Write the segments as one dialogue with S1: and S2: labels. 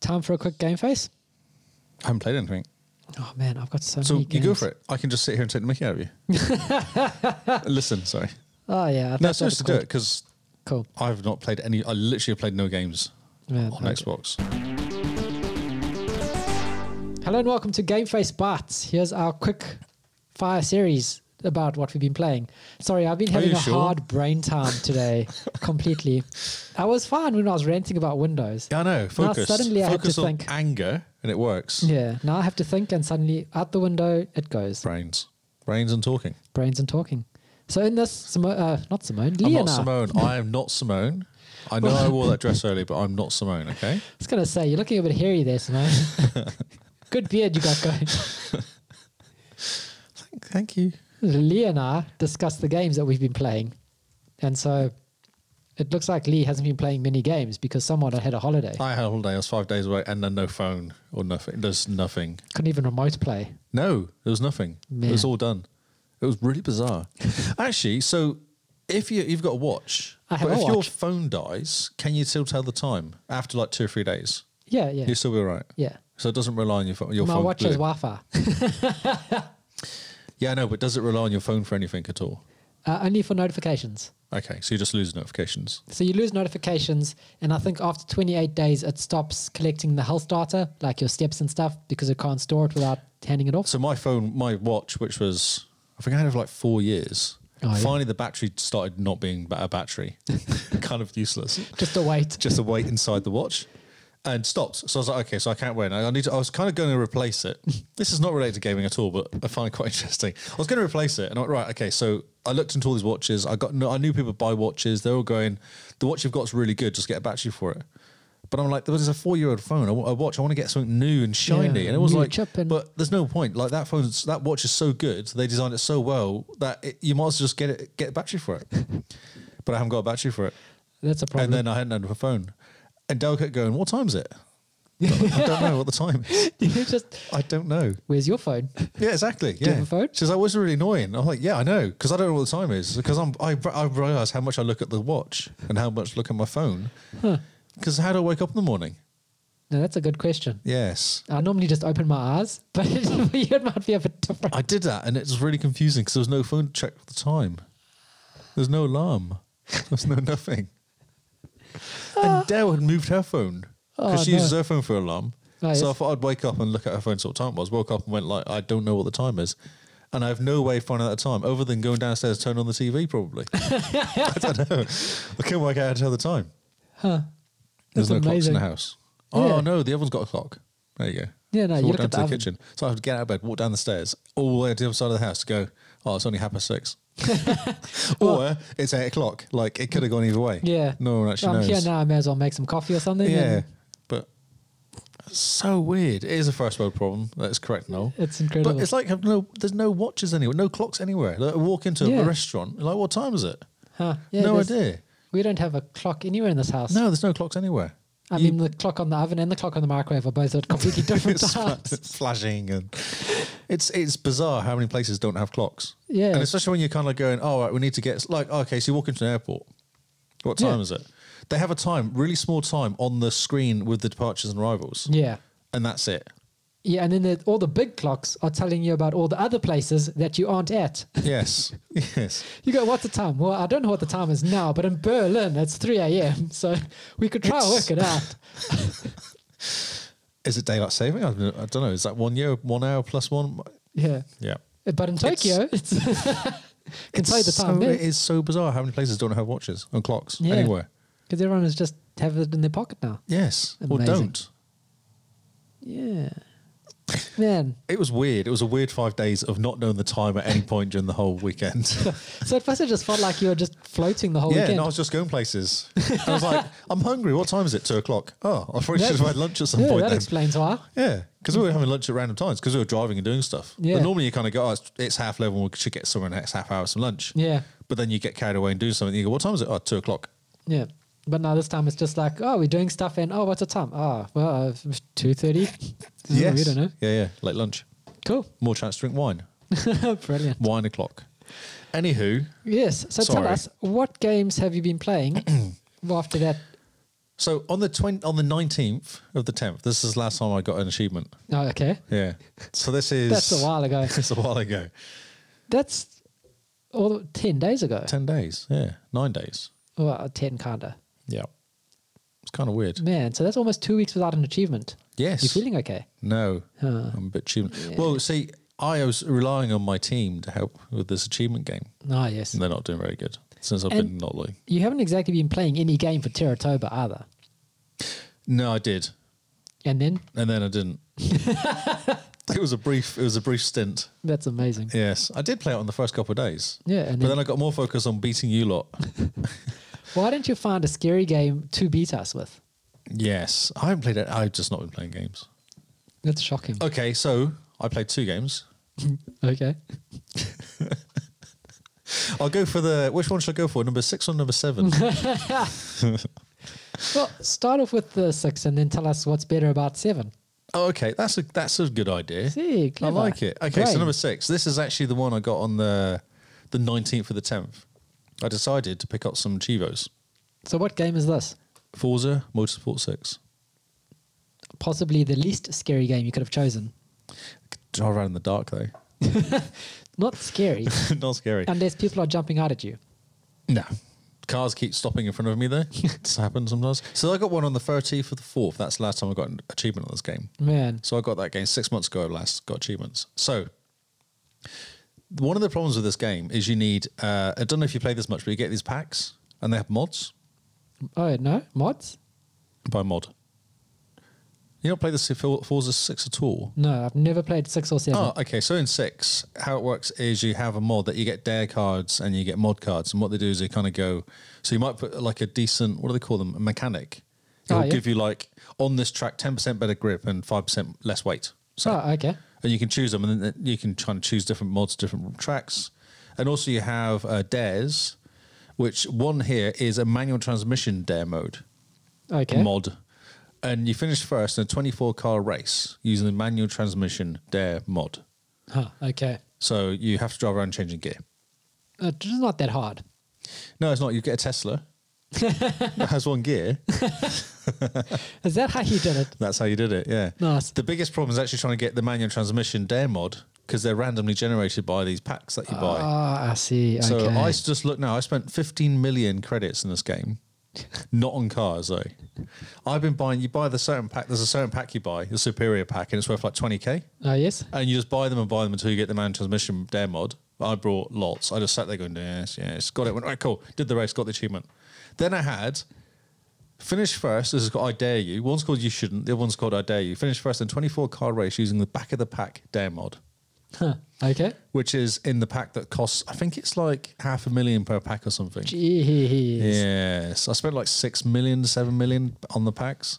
S1: Time for a quick game face.
S2: I haven't played anything.
S1: Oh man, I've got so,
S2: So
S1: many.
S2: you go
S1: games.
S2: for it. I can just sit here and take the mickey out of you. Listen, sorry.
S1: Oh yeah, I
S2: No,
S1: think that's
S2: seriously, do it because
S1: Cool.
S2: I've not played any. I literally have played no games
S1: Yeah,
S2: on
S1: okay.
S2: Xbox.
S1: Hello and welcome to Game Face Bites. Here's our quick fire series about what we've been playing. Sorry, I've been
S2: Are
S1: having
S2: you
S1: a
S2: sure?
S1: hard brain time today, completely. I was fine when I was ranting about Windows.
S2: Yeah, I know. Focus.
S1: suddenly I had
S2: Focus
S1: to
S2: on
S1: think.
S2: anger, and it works.
S1: Yeah, now I have to think, and suddenly out the window it goes.
S2: Brains, brains, and talking.
S1: Brains and talking. So in this, Simo- uh, not Simone,
S2: I'm
S1: Leah
S2: not
S1: now.
S2: Simone. I am not Simone. I know I wore that dress earlier, but I'm not Simone. Okay.
S1: I was gonna say you're looking a bit hairy there, Simone. Good beard you got going.
S2: Thank, thank you.
S1: Lee and I discussed the games that we've been playing. And so it looks like Lee hasn't been playing many games because someone had had a holiday.
S2: I had a holiday. I was five days away, and then no phone or nothing. There's nothing.
S1: Couldn't even remote play.
S2: No, there was nothing. It was
S1: Man.
S2: all done. It was really bizarre. Actually, so if you you've got a watch,
S1: I have
S2: but
S1: a
S2: if your
S1: watch.
S2: phone dies, can you still tell the time after like two or three days?
S1: Yeah, yeah.
S2: You'll still be all right.
S1: Yeah.
S2: So it doesn't rely on your phone. Your
S1: My
S2: phone
S1: watch has
S2: glue.
S1: Wi Fi.
S2: Yeah, I know, but does it rely on your phone for anything at all?
S1: Uh, only for notifications.
S2: Okay, so you just lose notifications.
S1: So you lose notifications, and I think after 28 days, it stops collecting the health data, like your steps and stuff, because it can't store it without handing it off.
S2: So my phone, my watch, which was I think I had it for like four years.
S1: Oh, yeah.
S2: Finally, the battery started not being a battery, kind of useless.
S1: Just to wait.
S2: just the weight inside the watch and stopped. So I was like, okay, so I can't win. I need to, I was kind of going to replace it. This is not related to gaming at all, but I find it quite interesting. I was going to replace it and I went, right, okay, so I looked into all these watches. I got, no, I knew people buy watches. They're all going, the watch you've got is really good. Just get a battery for it. But I'm like, there's a four-year-old phone. I want a watch. I want to get something new and shiny.
S1: Yeah,
S2: and it was
S1: new
S2: like,
S1: chip and-
S2: but there's no point. Like that phone's, that watch is so good. They designed it so well that it, you might as well just get it, get a battery for it. but I haven't got a battery for it.
S1: That's a problem.
S2: And then I hadn't had a phone. And Dale kept going, What time is it? I don't know what the time is.
S1: you just,
S2: I don't know.
S1: where's your phone?
S2: Yeah, exactly.
S1: you
S2: Yeah.
S1: have a phone?
S2: She's like, was really annoying. I'm like, yeah, I know, because I don't know what the time is. Because I'm, I, I realize how much I look at the watch and how much I look at my phone. Because how do I wake up in the morning?
S1: No, that's a good question.
S2: Yes,
S1: I normally just open my eyes, but for you it might be a bit different.
S2: I did that, and it was really confusing because there was no phone to check the time. There's no alarm. There's no nothing. And Dale had moved her phone
S1: Ah.
S2: because
S1: Oh,
S2: she
S1: no.
S2: uses her phone for alarm.
S1: Oh,
S2: so I
S1: yes.
S2: thought I'd wake up and look at her phone, see what time it was. Woke up and went like, I don't know what the time is, and I have no way of finding out the time other than going downstairs, turn on the TV, probably. I don't know. I couldn't work out how to tell the time. There's
S1: That's
S2: no clocks in
S1: amazing.
S2: the house. Oh
S1: Yeah.
S2: no, the oven's got a clock. There you go.
S1: Yeah, no,
S2: So
S1: you look
S2: walk down
S1: at the
S2: to the
S1: oven.
S2: kitchen. So I have to get out of bed, walk down the stairs, all the way to the other side of the house to go. Oh, it's only half past six, or it's eight o'clock. Like it could have gone either way.
S1: Yeah.
S2: no one actually
S1: I'm
S2: knows.
S1: here now. I may as well make some coffee or something.
S2: Yeah,
S1: and
S2: but it's so weird. It is a first world problem. That's correct, Noel.
S1: It's incredible.
S2: But it's like have no, there's no watches anywhere, no clocks anywhere. Like, I walk into
S1: Yeah.
S2: a restaurant, like what time is it?
S1: Huh. Yeah,
S2: no
S1: there's-
S2: idea.
S1: We don't have a clock anywhere in this house.
S2: No, there's no clocks anywhere.
S1: I
S2: You-
S1: mean, the clock on the oven and the clock on the microwave are both at completely different
S2: it's fla-
S1: times.
S2: it's flashing and it's it's bizarre how many places don't have clocks.
S1: Yeah.
S2: and especially when you're kind of going, oh, right, we need to get like okay, so you walk into an airport. What
S1: Yeah.
S2: time is it? They have a time, really small time on the screen with the departures and arrivals,
S1: Yeah.
S2: and that's it.
S1: Yeah, and then the, all the big clocks are telling you about all the other places that you aren't at.
S2: Yes, yes.
S1: You go, what's the time? Well, I don't know what the time is now, but in Berlin it's 3 a.m., so we could try and
S2: It's-
S1: work it out.
S2: Is it daylight saving? I don't know. I don't know. Is that one year, one hour plus one?
S1: Yeah.
S2: Yeah.
S1: But in
S2: It's-
S1: Tokyo, it's, can tell you the
S2: so,
S1: time there.
S2: it is so bizarre how many places don't have watches and clocks
S1: Yeah.
S2: anywhere.
S1: Because everyone is just have it in their pocket now.
S2: Yes, or
S1: Amazing.
S2: don't.
S1: Yeah. Man.
S2: It was weird. It was a weird five days of not knowing the time at any point during the whole weekend.
S1: So at first it just felt like you were just floating the whole
S2: yeah,
S1: weekend.
S2: and I was just going places. I was like, I'm hungry. What time is it? Two o'clock. Oh, I probably should have had lunch at some
S1: yeah,
S2: point
S1: that
S2: then.
S1: explains why.
S2: yeah, because we were having lunch at random times because we were driving and doing stuff.
S1: Yeah.
S2: But normally you kind of go, oh, it's, it's half eleven. We should get somewhere in the next half hour some lunch.
S1: Yeah,
S2: But then you get carried away and do something. You go, what time is it? Oh, two o'clock.
S1: yeah. But now this time it's just like, oh, we're doing stuff, and oh, what's the time? Oh, well, two thirty.
S2: Yes.
S1: Mm, we don't know.
S2: Yeah, yeah. Late lunch. More chance to drink wine. Oh,
S1: Cool, brilliant.
S2: Wine o'clock. Anywho,
S1: Yes. So
S2: Sorry.
S1: tell us, what games have you been playing? well, after that
S2: So on the 20, on the nineteenth of the tenth, this is the last time I got an achievement.
S1: Oh, okay.
S2: Yeah. So this is
S1: That's a while ago.
S2: It's a while ago.
S1: That's all 10 days ago.
S2: Ten days. Yeah. Nine days.
S1: Well, 10 kinda.
S2: Yeah. It's kind of weird.
S1: Man, so that's almost two weeks without an achievement.
S2: Yes.
S1: You feeling okay?
S2: No, I'm a bit achievement. Well, see, I was relying on my team to help with this achievement game,
S1: Ah, yes.
S2: and they're not doing very good since I've
S1: And-
S2: been not looking.
S1: You haven't exactly been playing any game for Terratoba either.
S2: No, I did,
S1: And then
S2: and then I didn't. it was a brief. It was a brief stint.
S1: that's amazing. Yeah,
S2: Yes, I did play it on the first couple of days.
S1: and
S2: But
S1: then,
S2: then I got more focused on beating you lot.
S1: why don't you find a scary game to beat us with?
S2: yes, I haven't played it. I've just not been playing games.
S1: That's shocking.
S2: Okay, so I played two games.
S1: Okay.
S2: I'll go for the. Which one should I go for? Number six or number seven?
S1: Well, start off with the six and then tell us what's better about seven.
S2: oh, okay. That's a that's a good idea.
S1: See, clever.
S2: I like it. Okay, so
S1: Brain.
S2: number six. This is actually the one I got on the the nineteenth of the tenth. I decided to pick up some Chivos.
S1: So, what game is this?
S2: Forza Motorsport Six.
S1: Possibly the least scary game you could have chosen.
S2: Drive around in the dark though.
S1: Not scary,
S2: Not scary.
S1: unless people are jumping out at you.
S2: no. Cars keep stopping in front of me though. It's happened sometimes. So I got one on the thirteenth of the fourth. That's the last time I got an achievement on this game.
S1: Man,
S2: So I got that game six months ago. I Last got achievements. So one of the problems with this game is you need. Uh, I don't know if you play this much, but you get these packs and they have mods.
S1: oh no, mods?
S2: by mod. You don't play the For- Forza 6 at all?
S1: No, I've never played six or seven.
S2: Oh, okay. So in 6, how it works is you have a mod that you get dare cards and you get mod cards. And what they do is they kind of go, so you might put like a decent, what do they call them? A mechanic. It'll
S1: yeah.
S2: give you like on this track 10% better grip and 5% less weight. So,
S1: Oh, okay.
S2: and you can choose them and then you can try and choose different mods, different tracks. And also you have uh, dares, which one here is a manual transmission dare mode
S1: Okay.
S2: mod. And you finished first in a 24 car race using the manual transmission dare mod.
S1: Huh, okay.
S2: So you have to drive around changing gear.
S1: Uh, It's not that hard.
S2: No, it's not. You get a Tesla that has one gear.
S1: Is that how you did it?
S2: That's how you did it. Yeah.
S1: Nice.
S2: The biggest problem is actually trying to get the manual transmission dare mod because they're randomly generated by these packs that you buy.
S1: Ah, I see.
S2: So
S1: okay.
S2: I s- just look now. I spent 15 million credits in this game, not on cars though. I've been buying. You buy the certain pack. There's a certain pack you buy, the superior pack, and it's worth like 20k.
S1: oh, yes.
S2: and you just buy them and buy them until you get the man transmission dare mod. I brought lots. I just sat there going, yes, yes, got it. Went right, cool. Did the race, got the achievement. Then I had finish first. This is called I dare you. One's called you shouldn't. The other one's called I dare you. Finish first in 24 car race using the back of the pack dare mod,
S1: Huh. Okay.
S2: which is in the pack that costs. I think it's like half a million per pack or something.
S1: Jeez.
S2: Yes, I spent like six million, seven million on the packs.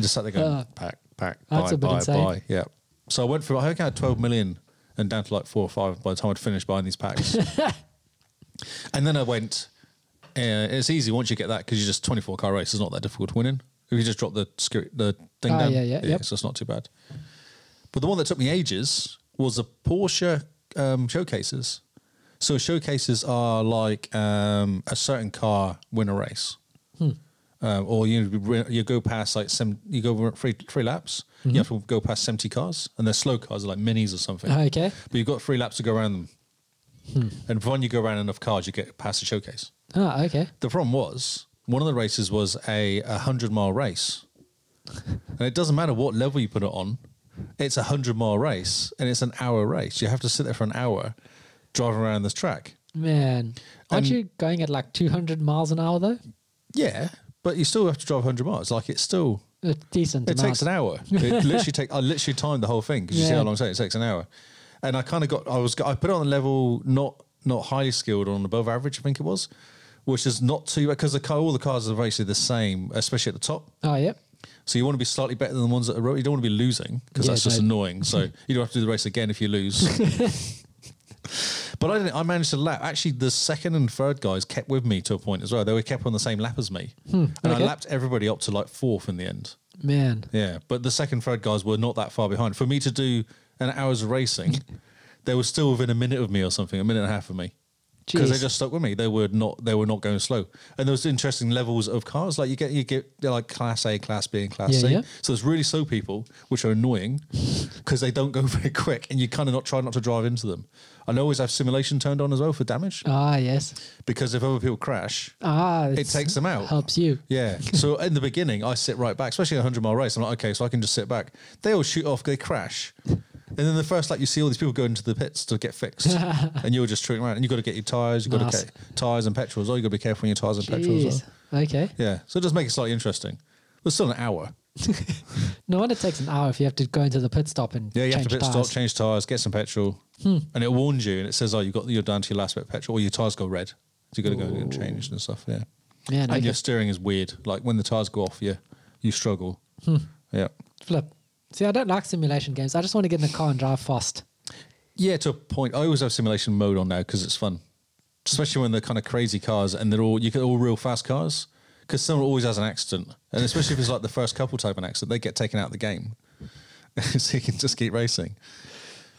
S2: Just sat there going
S1: Uh,
S2: pack, pack,
S1: that's
S2: buy,
S1: a bit
S2: buy,
S1: insane.
S2: buy. Yeah. So I went through. I think I had twelve million and down to like four or five by the time I'd finished buying these packs. and then I went. Uh, it's easy once you get that because you just twenty four car race is not that difficult to win in. If you just drop the scu- the thing
S1: Ah,
S2: down,
S1: yeah, yeah, yep.
S2: so it's not too bad. But the one that took me ages was the Porsche um, showcases. So showcases are like um, a certain car win a race, um, or you you go past like some you go three three laps. You have to go past seventy cars, and they're slow cars, they're like minis or something.
S1: Okay.
S2: But you've got three laps to go around them, and when you go around enough cars, you get past the showcase.
S1: Ah, okay.
S2: The problem was one of the races was a, a hundred mile race, and it doesn't matter what level you put it on. It's a hundred mile race, and it's an hour race. You have to sit there for an hour, driving around this track.
S1: Man. Aren't
S2: And-
S1: you going at like 200 miles an hour though?
S2: Yeah, but you still have to drive hundred miles. Like it's still
S1: A decent
S2: it
S1: amount.
S2: takes an hour. It literally take I literally timed the whole thing because you see
S1: Yeah.
S2: how long it takes. It takes an hour, and I kind of got I was I put it on the level not not highly skilled or on above average I think it was, which is not too because the car all the cars are basically the same, especially at the top.
S1: Oh, yep.
S2: So you want to be slightly better than the ones that are. ro- You don't want to be losing because
S1: Yeah,
S2: that's just
S1: no.
S2: annoying. So you don't have to do the race again if you lose. but I didn't. I managed to lap. Actually, the second and third guys kept with me to a point as well. They were kept on the same lap as me, and I
S1: Hmm, okay.
S2: lapped everybody up to like fourth in the end.
S1: Man.
S2: Yeah, but the second, third guys were not that far behind. For me to do an hour's racing, they were still within a minute of me or something, a minute and a half of me. because they
S1: Jeez.
S2: just stuck with me. They were not they were not going slow, and there was interesting levels of cars. Like you get you get they're like class A, class B, and class
S1: Yeah,
S2: C.
S1: yeah.
S2: So there's really slow people, which are annoying because they don't go very quick, and you kind of not try not to drive into them. And I always have simulation turned on as well for damage
S1: Ah, yes.
S2: because if other people crash,
S1: Ah,
S2: it
S1: it's-
S2: takes them out.
S1: Helps you.
S2: Yeah. So in the beginning, I sit right back, especially in a 100 mile race. I'm like, okay, so I can just sit back. They all shoot off, they crash. And then the first lap, you see all these people go into the pits to get fixed. and you're just treating around. And you've got to get your tyres, you've got
S1: Nice.
S2: to get tyres and petrol as well. You've got to be careful on your tyres and petrol as well.
S1: Jeez. Okay.
S2: Yeah. So it does make it slightly interesting. But still an hour.
S1: No wonder it takes an hour if you have to go into the pit stop and
S2: Yeah, you
S1: change Hmm.
S2: have to pit
S1: tires.
S2: stop, change tyres, get some petrol. And it warns you and it says, oh, you've got, you're down to your last bit of petrol or your tyres go red. So you've got to go and change and stuff. Yeah.
S1: Man,
S2: and
S1: okay.
S2: your steering is weird. Like when the tyres go off, you, you struggle.
S1: Hmm.
S2: Yeah.
S1: flip. See, I don't like simulation games. I just want to get in the car and drive fast.
S2: Yeah, to a point. I always have simulation mode on now because it's fun, especially when they're kind of crazy cars and they're all you get all real fast cars. Because someone always has an accident, and especially if it's like the first couple type of an accident, they get taken out of the game, so you can just keep racing.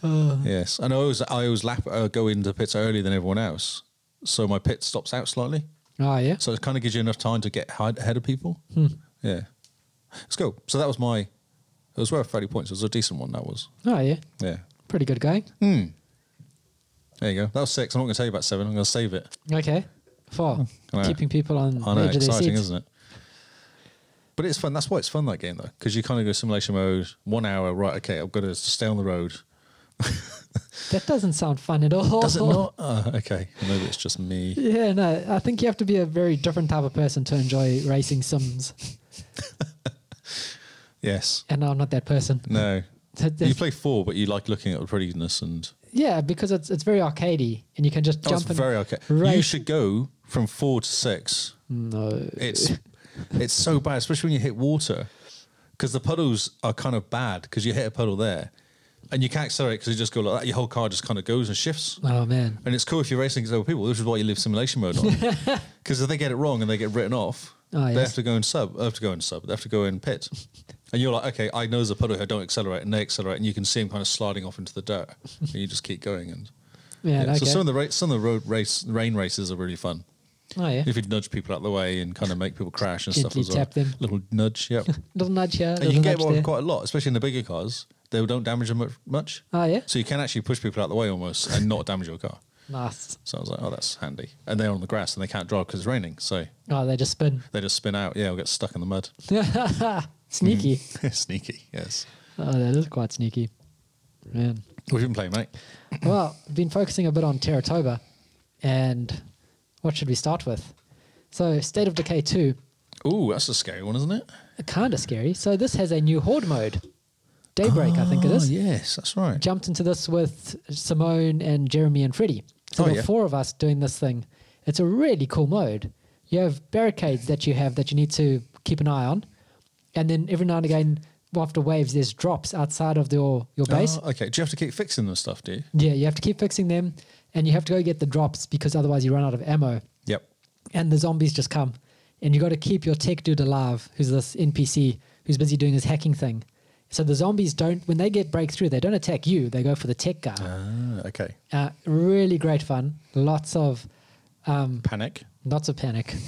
S2: Yes, and I always I always lap uh, go into pits earlier than everyone else, so my pit stops out slightly,
S1: Oh yeah.
S2: so it kind of gives you enough time to get hide- ahead of people. Yeah, let's go. So that was my. It was worth thirty points. It was a decent one. That was.
S1: Oh yeah.
S2: Yeah.
S1: Pretty good going.
S2: There you go. That was six. I'm not going to tell you about seven. I'm going to save it.
S1: Okay. Four.
S2: I know.
S1: Keeping people on
S2: Hmm. I
S1: the
S2: know,
S1: edge of their
S2: exciting,
S1: seats.
S2: isn't it? But it's fun. That's why it's fun that game though, because you kind of go simulation mode, one hour. Right, okay, I've got to stay on the road.
S1: That doesn't sound fun at all.
S2: Does it not? Uh, okay, maybe it's just me.
S1: Yeah, no. I think you have to be a very different type of person to enjoy racing sims,
S2: Yes.
S1: and I'm not that person.
S2: No.
S1: That-
S2: You
S1: that's-
S2: play four, but you like looking at the prettiness and
S1: yeah, because it's it's very arcadey, and you can just
S2: oh, it's
S1: jump and
S2: very okay. You
S1: race.
S2: should go from four to six.
S1: no.
S2: It's it's so bad, especially when you hit water, because the puddles are kind of bad because you hit a puddle there, and you can't accelerate because you just go like that. Your whole car just kind of goes and shifts.
S1: Oh man.
S2: And it's cool if you're racing against other people. This is why you leave simulation mode on. Because if they get it wrong and they get written off,
S1: Oh,
S2: they
S1: yes.
S2: have to go in sub. They have to go in sub. They have to go in pit. And you're like, okay, I know there's a puddle here. Don't accelerate, and they accelerate, and you can see them kind of sliding off into the dirt. and you just keep going. And
S1: Man,
S2: yeah.
S1: okay.
S2: so some of the ra- some of the road race rain races are really fun.
S1: oh yeah.
S2: If you nudge people out of the way and kind of make people crash and stuff
S1: Gently
S2: as well.
S1: tap them.
S2: Little nudge, yeah. and
S1: Little nudge here.
S2: you
S1: Little
S2: can get
S1: nudge
S2: away
S1: there.
S2: with quite a lot, especially in the bigger cars. They don't damage them much- much.
S1: Oh yeah.
S2: So you can actually push people out of the way almost and not damage your car.
S1: Nice.
S2: So I was like, oh, that's handy. And they're on the grass and they can't drive because it's raining. So
S1: Oh, they just spin.
S2: they just spin out. Yeah, or get stuck in the mud.
S1: sneaky.
S2: Sneaky, yes.
S1: Oh, that is quite sneaky. Man.
S2: What have you been playing, mate?
S1: well, I've been focusing a bit on Terratoba and what should we start with? So, State of Decay 2,
S2: Ooh, that's a scary one, isn't it?
S1: kind of scary. So, this has a new horde mode. Daybreak, I think it
S2: Oh,
S1: is.
S2: yes, that's right.
S1: Jumped into this with Simone and Jeremy and Freddie. So,
S2: Oh,
S1: there were
S2: yeah.
S1: four of us doing this thing. It's a really cool mode. You have barricades that you have that you need to keep an eye on. And then every now and again, after waves, there's drops outside of your, your base.
S2: Oh, okay, do you have to keep fixing them stuff, do you?
S1: Yeah, you have to keep fixing them and you have to go get the drops because otherwise you run out of ammo
S2: Yep.
S1: and the zombies just come. And you got to keep your tech dude alive, who's this NPC who's busy doing his hacking thing. So the zombies don't, when they get breakthrough, they don't attack you, they go for the tech guy.
S2: Ah, okay.
S1: Uh, really great fun. Lots of um,
S2: Panic.
S1: Lots of panic.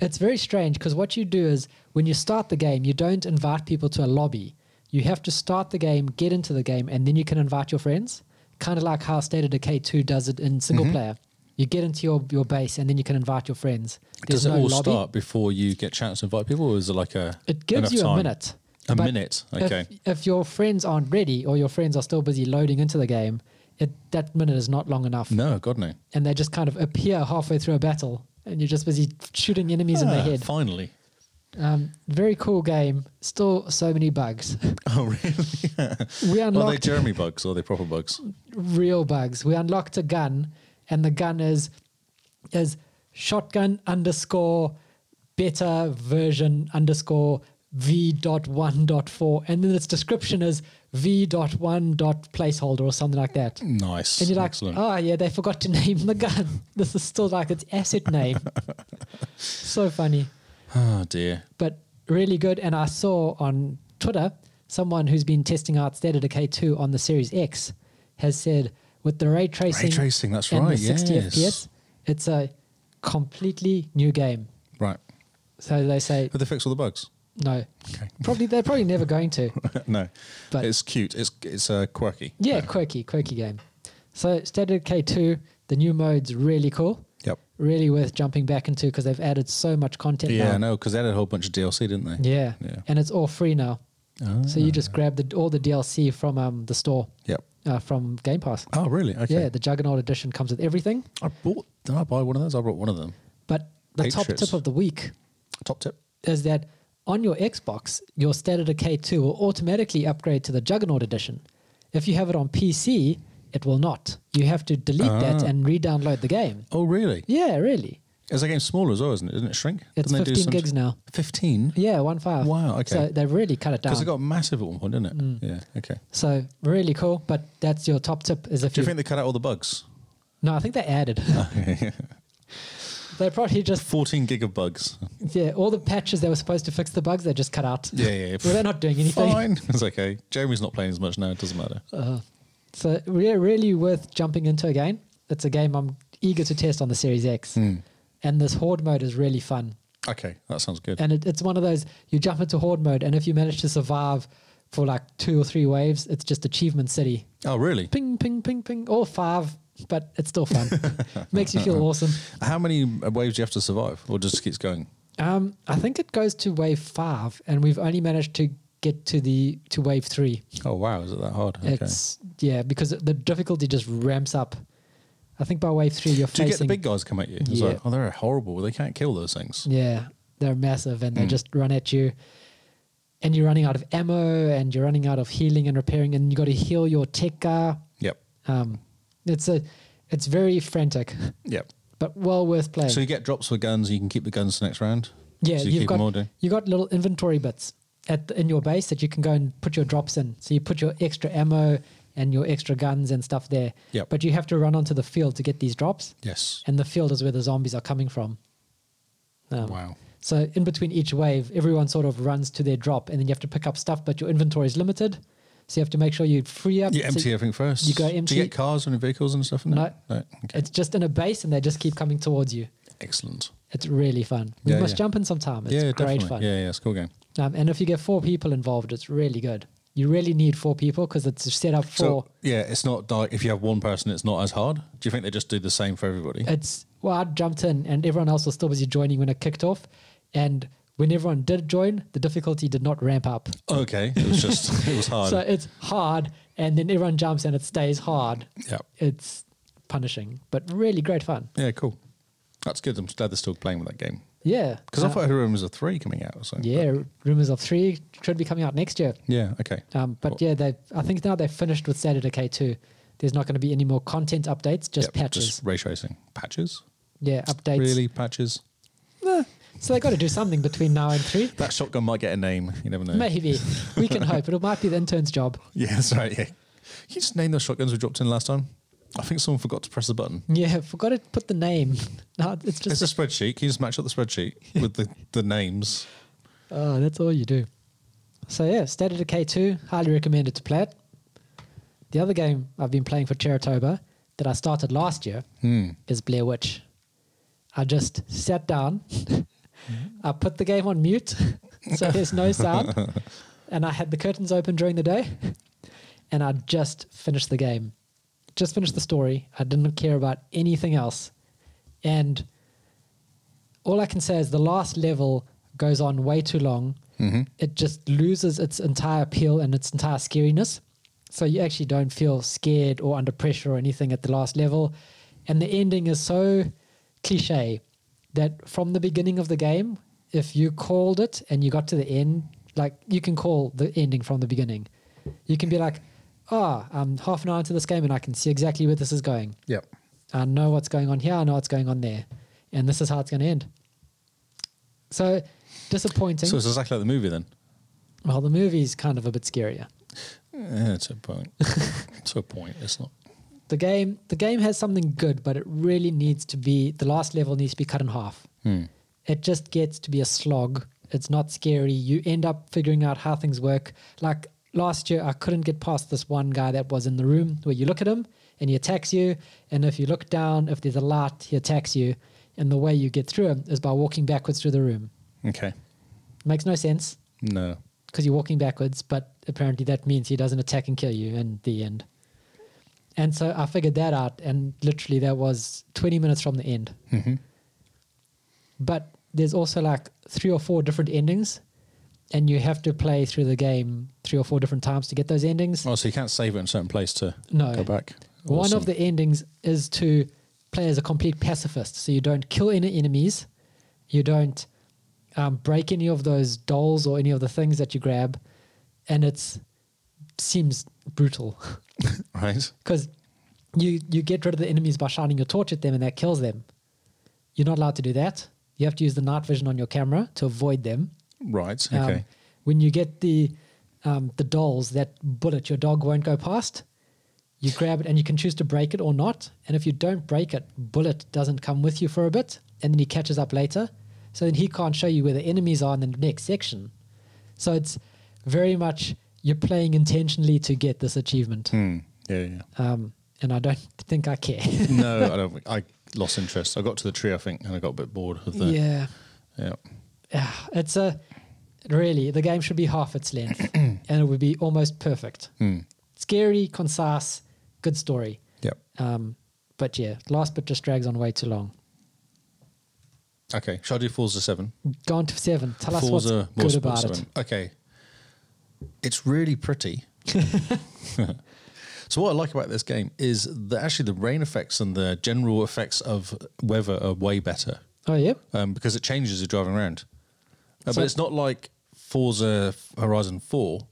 S1: It's very strange because what you do is when you start the game, you don't invite people to a lobby. You have to start the game, get into the game, and then you can invite your friends. Kind of like how State of Decay 2 does it in single
S2: Mm-hmm.
S1: player. You get into your, your base and then you can invite your friends.
S2: Does it all start before you get a chance to invite people, or is it like a.
S1: It gives
S2: enough
S1: you a
S2: time?
S1: minute.
S2: A
S1: but
S2: minute,
S1: if-
S2: okay.
S1: If, your friends aren't ready or your friends are still busy loading into the game, it, that minute is not long enough.
S2: No, God, no.
S1: And they just kind of appear halfway through a battle and you're just busy shooting enemies in the
S2: Ah,
S1: head.
S2: Finally.
S1: Um, very cool game. Still so many bugs.
S2: Oh, really?
S1: We
S2: Are they
S1: unlocked
S2: Jeremy bugs or are they proper bugs?
S1: real bugs. We unlocked a gun, and the gun is is shotgun underscore better version underscore v dot one dot four, and then its description is v dot one dot placeholder or something like that.
S2: Nice.
S1: And you're like,
S2: Excellent.
S1: oh yeah, they forgot to name the gun. this is still like its asset name. so funny.
S2: oh, dear.
S1: but really good. And I saw on Twitter someone who's been testing out State of Decay 2 on the Series X has said with the ray tracing,
S2: tracing, that's
S1: and
S2: right,
S1: the 60
S2: yes.
S1: FPS, It's a completely new game.
S2: Right.
S1: So they say
S2: But they fix all the bugs.
S1: no.
S2: Okay.
S1: Probably they're probably never going to.
S2: no.
S1: But-
S2: it's cute. It's it's uh, quirky.
S1: Yeah, quirky, quirky game. So Standard K2, the new mode's really cool.
S2: Yep.
S1: Really worth jumping back into because they've added so much content
S2: Yeah, I
S1: now.
S2: know, because they had a whole bunch of DLC, didn't they?
S1: Yeah.
S2: Yeah.
S1: And it's all free now.
S2: Ah.
S1: So you just grab the, all the DLC from um, the store,
S2: Yep.
S1: uh, from Game Pass.
S2: Oh, really? Okay.
S1: Yeah, the Juggernaut edition comes with everything.
S2: I bought. Did I buy one of those? I bought one of them.
S1: But the top
S2: Patriots.
S1: tip of the week
S2: Top tip.
S1: is that on your Xbox, your standard K2 will automatically upgrade to the Juggernaut edition. If you have it on PC, it will not. You have to delete that
S2: Ah.
S1: and re-download the game.
S2: Oh, really?
S1: Yeah, really.
S2: It's a game smaller as well, isn't it? Doesn't it shrink?
S1: It's
S2: Doesn't it do
S1: 15
S2: some-
S1: gigs now.
S2: Fifteen.
S1: Yeah, one five.
S2: Wow, okay.
S1: So they've really cut it
S2: Because
S1: down.
S2: it got massive at one point, didn't it?
S1: Mm.
S2: Yeah. Okay.
S1: so really cool. But that's your top tip. Is if
S2: Do
S1: you,
S2: you think Ah. they cut out all the bugs?
S1: no, I think they added. they probably just
S2: Fourteen gig of bugs.
S1: yeah, all the patches that were supposed to fix the bugs they just cut out.
S2: Yeah, yeah.
S1: well, they're not doing anything. Uh,
S2: Fine. It's okay. Jeremy's not playing as much now. It doesn't matter.
S1: So we're really worth jumping into again. It's a game I'm eager to test on the Series X,
S2: Hmm.
S1: and this Horde mode is really fun.
S2: Okay, that sounds good.
S1: And it, it's one of those you jump into Horde mode, and if you manage to survive for like two or three waves, it's just achievement city.
S2: Oh, really?
S1: Ping, ping, ping, ping, or five, but it's still fun. Makes you
S2: Uh-huh.
S1: feel awesome.
S2: How many waves do you have to survive, or just keeps going?
S1: Um, I think it goes to wave five, and we've only managed to get to the to wave three.
S2: Oh, wow! Is it that hard? Okay.
S1: It's yeah, because the difficulty just ramps up. I think by wave three you're
S2: do you get the
S1: facing
S2: big guys come at you? It's
S1: Yeah. Mm.
S2: like, oh, they're horrible. They can't kill those things.
S1: Yeah, they're massive
S2: Hmm.
S1: and they just run at you. And you're running out of ammo and you're running out of healing and repairing and you got to heal your tekka.
S2: Yep.
S1: Um, it's a, it's very frantic,
S2: Yep.
S1: but well worth playing.
S2: So you get drops for guns. You can keep the guns the next round.
S1: yeah,
S2: so you
S1: you've
S2: keep them all,
S1: got
S2: do you?
S1: you got little inventory bits at the, in your base that you can go and put your drops in. So you put your extra ammo and your extra guns and stuff there.
S2: Yep.
S1: But you have to run onto the field to get these drops,
S2: Yes.
S1: and the field is where the zombies are coming from. Um,
S2: Wow.
S1: So in between each wave, everyone sort of runs to their drop, and then you have to pick up stuff, but your inventory is limited, so you have to make sure you free up.
S2: You
S1: so
S2: empty everything first.
S1: you go
S2: Do
S1: empty-
S2: you get cars and vehicles and stuff? In there? No. Okay.
S1: It's just in a base, and they just keep coming towards you.
S2: Excellent.
S1: It's really fun. We
S2: Yeah,
S1: must
S2: yeah.
S1: jump in sometime. It's
S2: yeah,
S1: great
S2: definitely.
S1: fun.
S2: Yeah, yeah, it's a cool game.
S1: Um, and if you get four people involved, it's really good. You really need four people because it's set up for.
S2: So yeah, it's not like if you have one person, it's not as hard. Do you think they just do the same for everybody?
S1: it's well, I jumped in, and everyone else was still busy joining when it kicked off, and when everyone did join, the difficulty did not ramp up.
S2: okay, it was just it was hard.
S1: So it's hard, and then everyone jumps and it stays hard.
S2: yeah,
S1: it's punishing, but really great fun.
S2: yeah, cool. That's good. I'm glad they're still playing with that game
S1: Yeah.
S2: because
S1: Uh,
S2: I thought Heroin was a three coming out. So
S1: yeah, rumors of three should be coming out next year.
S2: yeah, okay.
S1: Um, but
S2: Cool.
S1: yeah, they I think now they've finished with Saturday K two. There's not going to be any more content updates, just
S2: Yep,
S1: patches.
S2: Just ray tracing patches.
S1: yeah, updates.
S2: Really patches.
S1: So they got to do something between now and three.
S2: That shotgun might get a name. You never know.
S1: Maybe we can hope. It might be the intern's job.
S2: Yeah, that's right. Yeah. Can you just name those shotguns we dropped in last time? I think someone forgot to press the button.
S1: Yeah, forgot to put the name. No, it's
S2: It's
S1: just
S2: a spreadsheet. Can you just match up the spreadsheet with the, the names?
S1: oh, that's all you do. So yeah, Saturday K two. Highly recommended to play it. The other game I've been playing for Cheritoba that I started last year
S2: Hmm.
S1: is Blair Witch. I just sat down, I put the game on mute, so there's no sound, and I had the curtains open during the day, and I just finished the game. Just finished the story. I didn't care about anything else. And all I can say is the last level goes on way too long.
S2: Mm-hmm.
S1: It just loses its entire appeal and its entire scariness. So you actually don't feel scared or under pressure or anything at the last level. And the ending is so cliche that from the beginning of the game, if you called it and you got to the end, like you can call the ending from the beginning. You can be like, ah, I'm half an hour into this game and I can see exactly where this is going.
S2: Yep.
S1: I know what's going on here. I know what's going on there, and this is how it's going to end. So disappointing.
S2: So it's exactly like the movie then.
S1: well, the movie's kind of a bit scarier.
S2: Yeah, to a point. to a point. It's not.
S1: The game, the game has something good, but it really needs to be the last level needs to be cut in half.
S2: Hmm.
S1: It just gets to be a slog. It's not scary. You end up figuring out how things work. Like last year, I couldn't get past this one guy that was in the room where you look at him and he attacks you. And if you look down, if there's a light, he attacks you. And the way you get through him is by walking backwards through the room.
S2: Okay.
S1: Makes no sense
S2: No.
S1: because you're walking backwards, but apparently that means he doesn't attack and kill you in the end. And so I figured that out, and literally that was 20 minutes from the end.
S2: Mm-hmm.
S1: But there's also like three or four different endings, and you have to play through the game three or four different times to get those endings.
S2: Oh, so you can't save it in a certain place to
S1: No.
S2: go back.
S1: One
S2: Awesome.
S1: of the endings is to play as a complete pacifist. So you don't kill any enemies, you don't um, break any of those dolls or any of the things that you grab, and it's seems brutal
S2: right.
S1: because you you get rid of the enemies by shining your torch at them, and that kills them. You're not allowed to do that. You have to use the night vision on your camera to avoid them.
S2: Right.
S1: Um,
S2: Okay.
S1: When you get the um, the dolls that bullet your dog won't go past, you grab it and you can choose to break it or not. And if you don't break it, bullet doesn't come with you for a bit, and then he catches up later. So then he can't show you where the enemies are in the next section. So it's very much you're playing intentionally to get this achievement.
S2: Hmm. Yeah. Yeah.
S1: Um, and I don't think I care.
S2: no, I don't. I lost interest. I got to the tree, I think, and I got a bit bored of the.
S1: yeah.
S2: Yeah.
S1: Ah, It's a really the game should be half its length and it would be almost perfect.
S2: Hmm,
S1: Scary, concise, good story.
S2: Yep.
S1: Um, but yeah, last bit just drags on way too long.
S2: Okay. Shall I do Forza Seven?
S1: Go on to seven. Tell us what's
S2: Forza
S1: good
S2: Motorsport
S1: about
S2: 7.
S1: it.
S2: Okay. It's really pretty. so what I like about this game is that actually the rain effects and the general effects of weather are way better
S1: Oh yeah.
S2: um, because it changes as you're driving around. Uh,
S1: So-
S2: but it's not like Forza Horizon 4,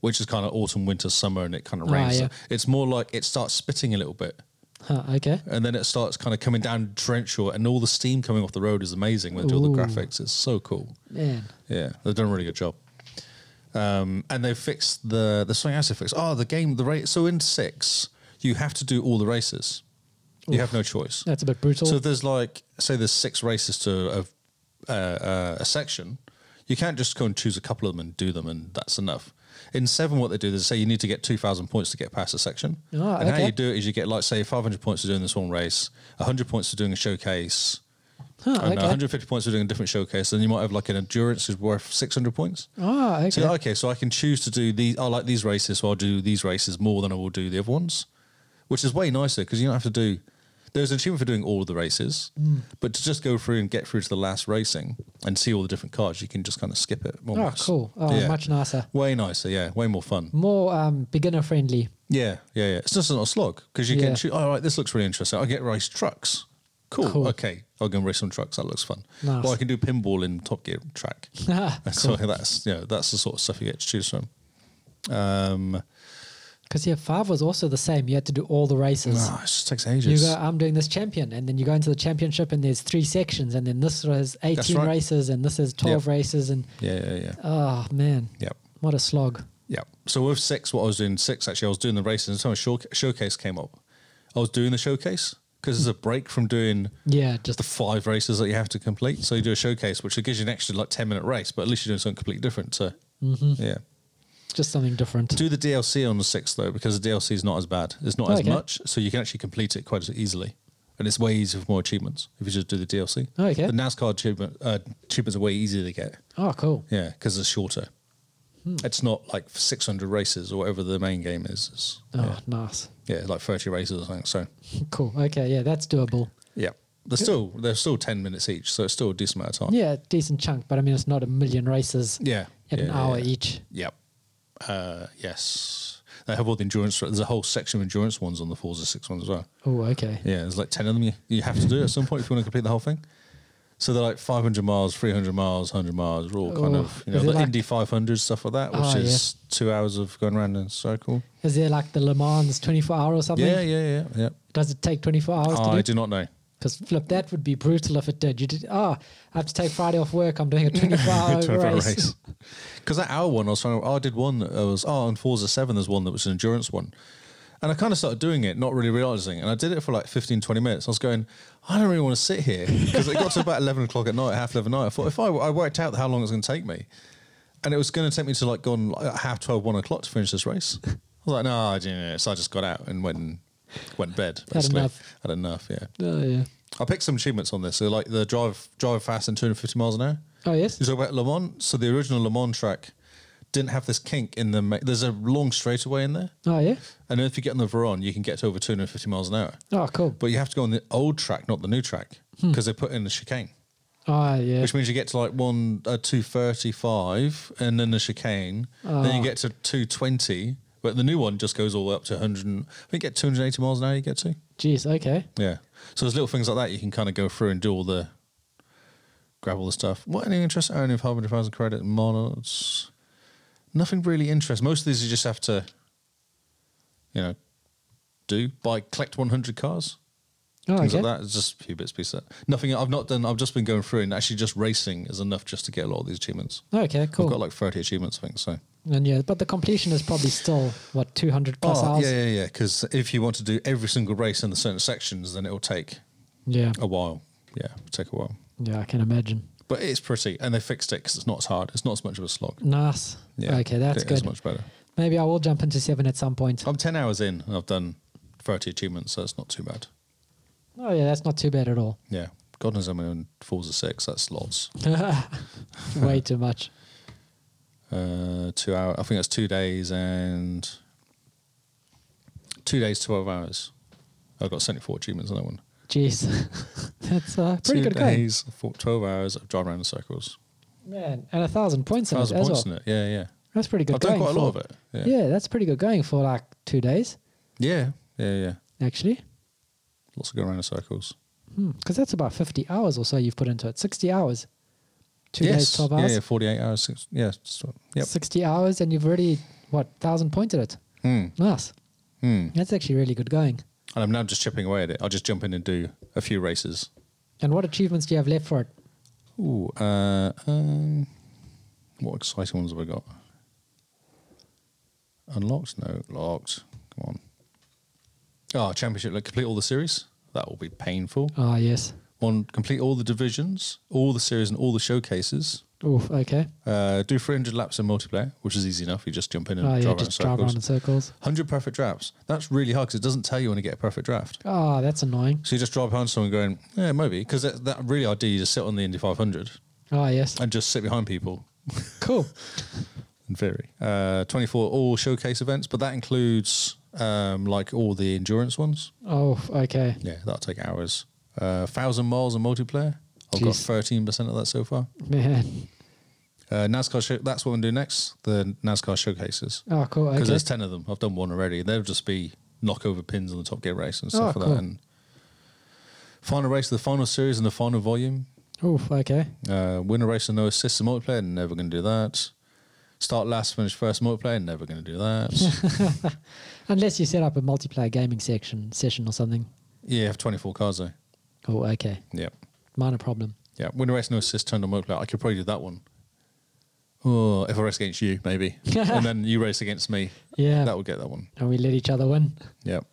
S2: which is kind of autumn, winter, summer, and it kind of
S1: Ah,
S2: rains.
S1: yeah.
S2: It's more like it starts spitting a little bit
S1: Huh, okay.
S2: and then it starts kind of coming down torrential, and all the steam coming off the road is amazing with all the
S1: Ooh.
S2: graphics. It's so cool.
S1: Man.
S2: Yeah, they've done a really good job. Um, and they fixed the the swing acid fix. Oh, the game, the race. So in six, you have to do all the races. You have no choice.
S1: That's a bit brutal.
S2: So if there's like, say, there's six races to a, a, a section. You can't just go and choose a couple of them and do them, and that's enough. In seven, what they do is they say you need to get two thousand points to get past a section.
S1: Ah,
S2: and how
S1: okay.
S2: you do it is you get like say five hundred points for doing this one race, hundred points for doing a showcase.
S1: Huh,
S2: I don't know,
S1: Ah, okay.
S2: 150 points for doing a different showcase, then you might have like an endurance is worth 600 points.
S1: Ah, okay.
S2: So you're like, okay, so I can choose to do these. I like these races, so I'll do these races more than I will do the other ones, which is way nicer because you don't have to do. There's an achievement for doing all of the races,
S1: Mm.
S2: but to just go through and get through to the last racing and see all the different cars, you can just kind of skip it.
S1: oh,
S2: almost.
S1: cool. Oh,
S2: Yeah.
S1: much nicer.
S2: Way nicer, yeah. Way more fun.
S1: More um, beginner friendly.
S2: Yeah, yeah, yeah. It's just not a slog because you
S1: Yeah.
S2: can choose. Oh, all right, this looks really interesting. I get race trucks. Cool.
S1: Cool.
S2: Okay, I'll go and race some trucks. That looks fun.
S1: Nice.
S2: Or I can do pinball in Top Gear track.
S1: Because
S2: So that's you know, that's the sort of stuff you get to choose from. Um,
S1: yeah, five was also the same. You had to do all the races.
S2: ah, it just takes
S1: You
S2: ages.
S1: go, I'm doing this champion, and then you go into the championship, and there's three sections, and then this was 18
S2: right.
S1: races, and this is 12
S2: Yep.
S1: races, and
S2: yeah, yeah, yeah.
S1: oh man,
S2: Yep.
S1: what a slog!
S2: Yeah. So with six, what I was doing six actually, I was doing the races. And so a show, showcase came up. I was doing the showcase because there's a break from doing
S1: Yeah,
S2: the
S1: just
S2: five races that you have to complete. So you do a showcase, which gives you an extra like ten minute race, but at least you're doing something completely different. So
S1: Mm-hmm.
S2: yeah.
S1: just something different.
S2: Do the DLC on the sixth though, because the DLC is not as bad. It's not as
S1: Oh, Okay.
S2: much, so you can actually complete it quite as easily, and it's way easier for more achievements if you just do the DLC.
S1: Oh, Okay.
S2: The NASCAR achievement, uh, achievements are way easier to get.
S1: Oh, cool.
S2: Yeah, because it's shorter.
S1: Hmm.
S2: It's not like 600 races or whatever the main game is. It's,
S1: Oh,
S2: yeah.
S1: nice.
S2: yeah, like 30 races or something. So
S1: Cool. Okay, yeah, that's doable.
S2: yeah, they're still they're still 10 minutes each, so it's still a decent amount of time.
S1: Yeah, decent chunk, but I mean, it's not a million races
S2: Yeah.
S1: at an
S2: Yeah,
S1: hour
S2: yeah.
S1: each.
S2: Yep. Uh, yes. They have all the endurance. There's a whole section of endurance ones on the Forza 6 one as well.
S1: Oh, okay.
S2: Yeah, there's like 10 of them you, you have to do at some point if you want to complete the whole thing. So they're like 500 miles, 300 miles, 100 miles, are all kind
S1: Oh,
S2: of, you know,
S1: is it
S2: the
S1: like-
S2: Indy 500 stuff like that, which
S1: Oh, yeah.
S2: is two hours of going around in a circle.
S1: Is there like the Le Mans 24 hour or something?
S2: Yeah, yeah, yeah, yeah.
S1: Does it take 24 hours
S2: I
S1: to
S2: do
S1: do?
S2: not know.
S1: Because flip, that would be brutal if it did. You did. Oh, I have to take Friday off work. I'm doing a 24 hour race.
S2: Because that hour one, I was trying to, oh, I did one that was, oh, on Forza 7, there's one that was an endurance one. And I kind of started doing it, not really realizing. And I did it for like 15, 20 minutes. I was going, I don't really want to sit here. Because it got to about 11 o'clock at night, half 11 at night. I thought, if I, I worked out how long it was going to take me, and it was going to take me to like gone like half 12, 1 o'clock to finish this race. I was like, no, I didn't. So I just got out and went and went to bed.
S1: Had
S2: Basically.
S1: enough.
S2: Had enough. Yeah.
S1: Oh yeah.
S2: I picked some achievements on this. So like the drive drive fast and 250 miles an hour.
S1: Oh yes.
S2: You talk about Le Mans. So the original Le Mans track didn't have this kink in the. Ma- There's a long straightaway in there,
S1: Oh yeah.
S2: and if you get on the Veron, you can get to over 250 miles an hour.
S1: Oh cool.
S2: But you have to go on the old track, not the new track, because they put in the chicane,
S1: Oh yeah.
S2: which means you get to like one uh, 235, and then the chicane, then you get to 220. But the new one just goes all the way up to 100. and- I think you get 280 miles an hour. You get to.
S1: Jeez. Okay.
S2: Yeah. So there's little things like that you can kind of go through and do all the grab all the stuff. What any interest earning of five hundred thousand credit mods? Nothing really interesting. Most of these you just have to, you know, do buy collect one hundred cars.
S1: Oh
S2: Things
S1: okay.
S2: like that. It's just a few bits, pieces. Nothing. I've not done. I've just been going through and actually just racing is enough just to get a lot of these achievements.
S1: Okay. Cool.
S2: I've got like thirty achievements, I think. So.
S1: and yeah, but the completion is probably still what 200 plus
S2: oh,
S1: hours.
S2: yeah, yeah, yeah. Because if you want to do every single race in the certain sections, then it'll take
S1: Yeah.
S2: a while. Yeah, it'll take a while.
S1: Yeah, I can imagine.
S2: But it's pretty, and they fixed it because it's not as hard. It's not as much of a slog.
S1: Nice.
S2: Yeah,
S1: okay, that's
S2: It's
S1: good.
S2: much Oh. better.
S1: Maybe I will jump into seven at some point.
S2: I'm ten hours in, and I've done thirty achievements, so it's not too bad.
S1: Oh yeah, that's not too bad at all.
S2: Yeah, God knows I'm in fours or six. That's lots.
S1: Way too much.
S2: Uh, two hour. I think that's two days and two days, twelve hours. I've got seventy four achievements on that one.
S1: Jeez, that's uh, pretty
S2: two
S1: good going,
S2: days, four, twelve hours of driving around in circles.
S1: man. And a thousand points in it as
S2: Thousand points
S1: well.
S2: in it. Yeah, yeah.
S1: That's pretty good.
S2: I've done
S1: going
S2: quite a lot of
S1: for-
S2: it. Yeah,
S1: Yeah. that's pretty good going for like two days
S2: yeah, yeah. yeah.
S1: actually,
S2: Lots of going around in circles.
S1: because Hmm, that's about 50 hours or so you've put into it. 60 hours, two days, 12
S2: yeah,
S1: hours,
S2: Yeah, 48 hours. Six, yeah. so- Yep.
S1: 60 hours, and you've already what thousand pointed it.
S2: Hmm.
S1: Nice.
S2: Hmm.
S1: That's actually really good going.
S2: And I'm now just chipping away at it. I'll just jump in and do a few races.
S1: And what achievements do you have left for it?
S2: Ooh, uh, um, what exciting ones have I got? Unlocked? No, locked. Come on. Ah, championship. Like, complete all the series. That will be painful.
S1: Ah, yes.
S2: One, complete all the divisions, all the series, and all the showcases.
S1: Oof. Okay.
S2: Uh, do 300 laps in multiplayer, which is easy enough. You just jump in and
S1: Oh
S2: drive
S1: yeah,
S2: around in
S1: just drive around in
S2: circles.
S1: circles.
S2: 100 perfect drafts. That's really hard because it doesn't tell you when to get a perfect draft.
S1: Ah, that's annoying.
S2: So you just drive behind someone going, yeah, maybe. Because that, that really idea, you just sit on the Indy 500
S1: Ah, yes.
S2: and just sit behind people,
S1: Cool.
S2: in theory. Uh, 24 all showcase events, but that includes um, like all the endurance ones.
S1: Oh, okay.
S2: Yeah, that'll take hours. Uh, 1,000 miles in multiplayer. I've got
S1: Jeez.
S2: 13% of that so far.
S1: Man.
S2: Uh, NASCAR, show, that's what I'm doing next, the NASCAR showcases.
S1: Oh, cool.
S2: Because
S1: Okay.
S2: there's 10 of them. I've done one already. They'll just be knockover pins on the Top Gear race and stuff
S1: Oh,
S2: like
S1: cool.
S2: that. And final race of the final series and the final volume.
S1: Oof. Okay.
S2: Uh, win a race with no assists in multiplayer, never going to do that. Start last, finish first in multiplayer, never going to do that.
S1: Unless you set up a multiplayer gaming section session or something.
S2: yeah, you have 24 cars though.
S1: Oh, okay.
S2: Yeah.
S1: Minor problem.
S2: Yeah. Win a race, no assists, turned on multiplayer. I could probably do that one. Oh, if I race against you, maybe. and then you race against me.
S1: Yeah.
S2: That would get that one.
S1: And we let each other win.
S2: Yep.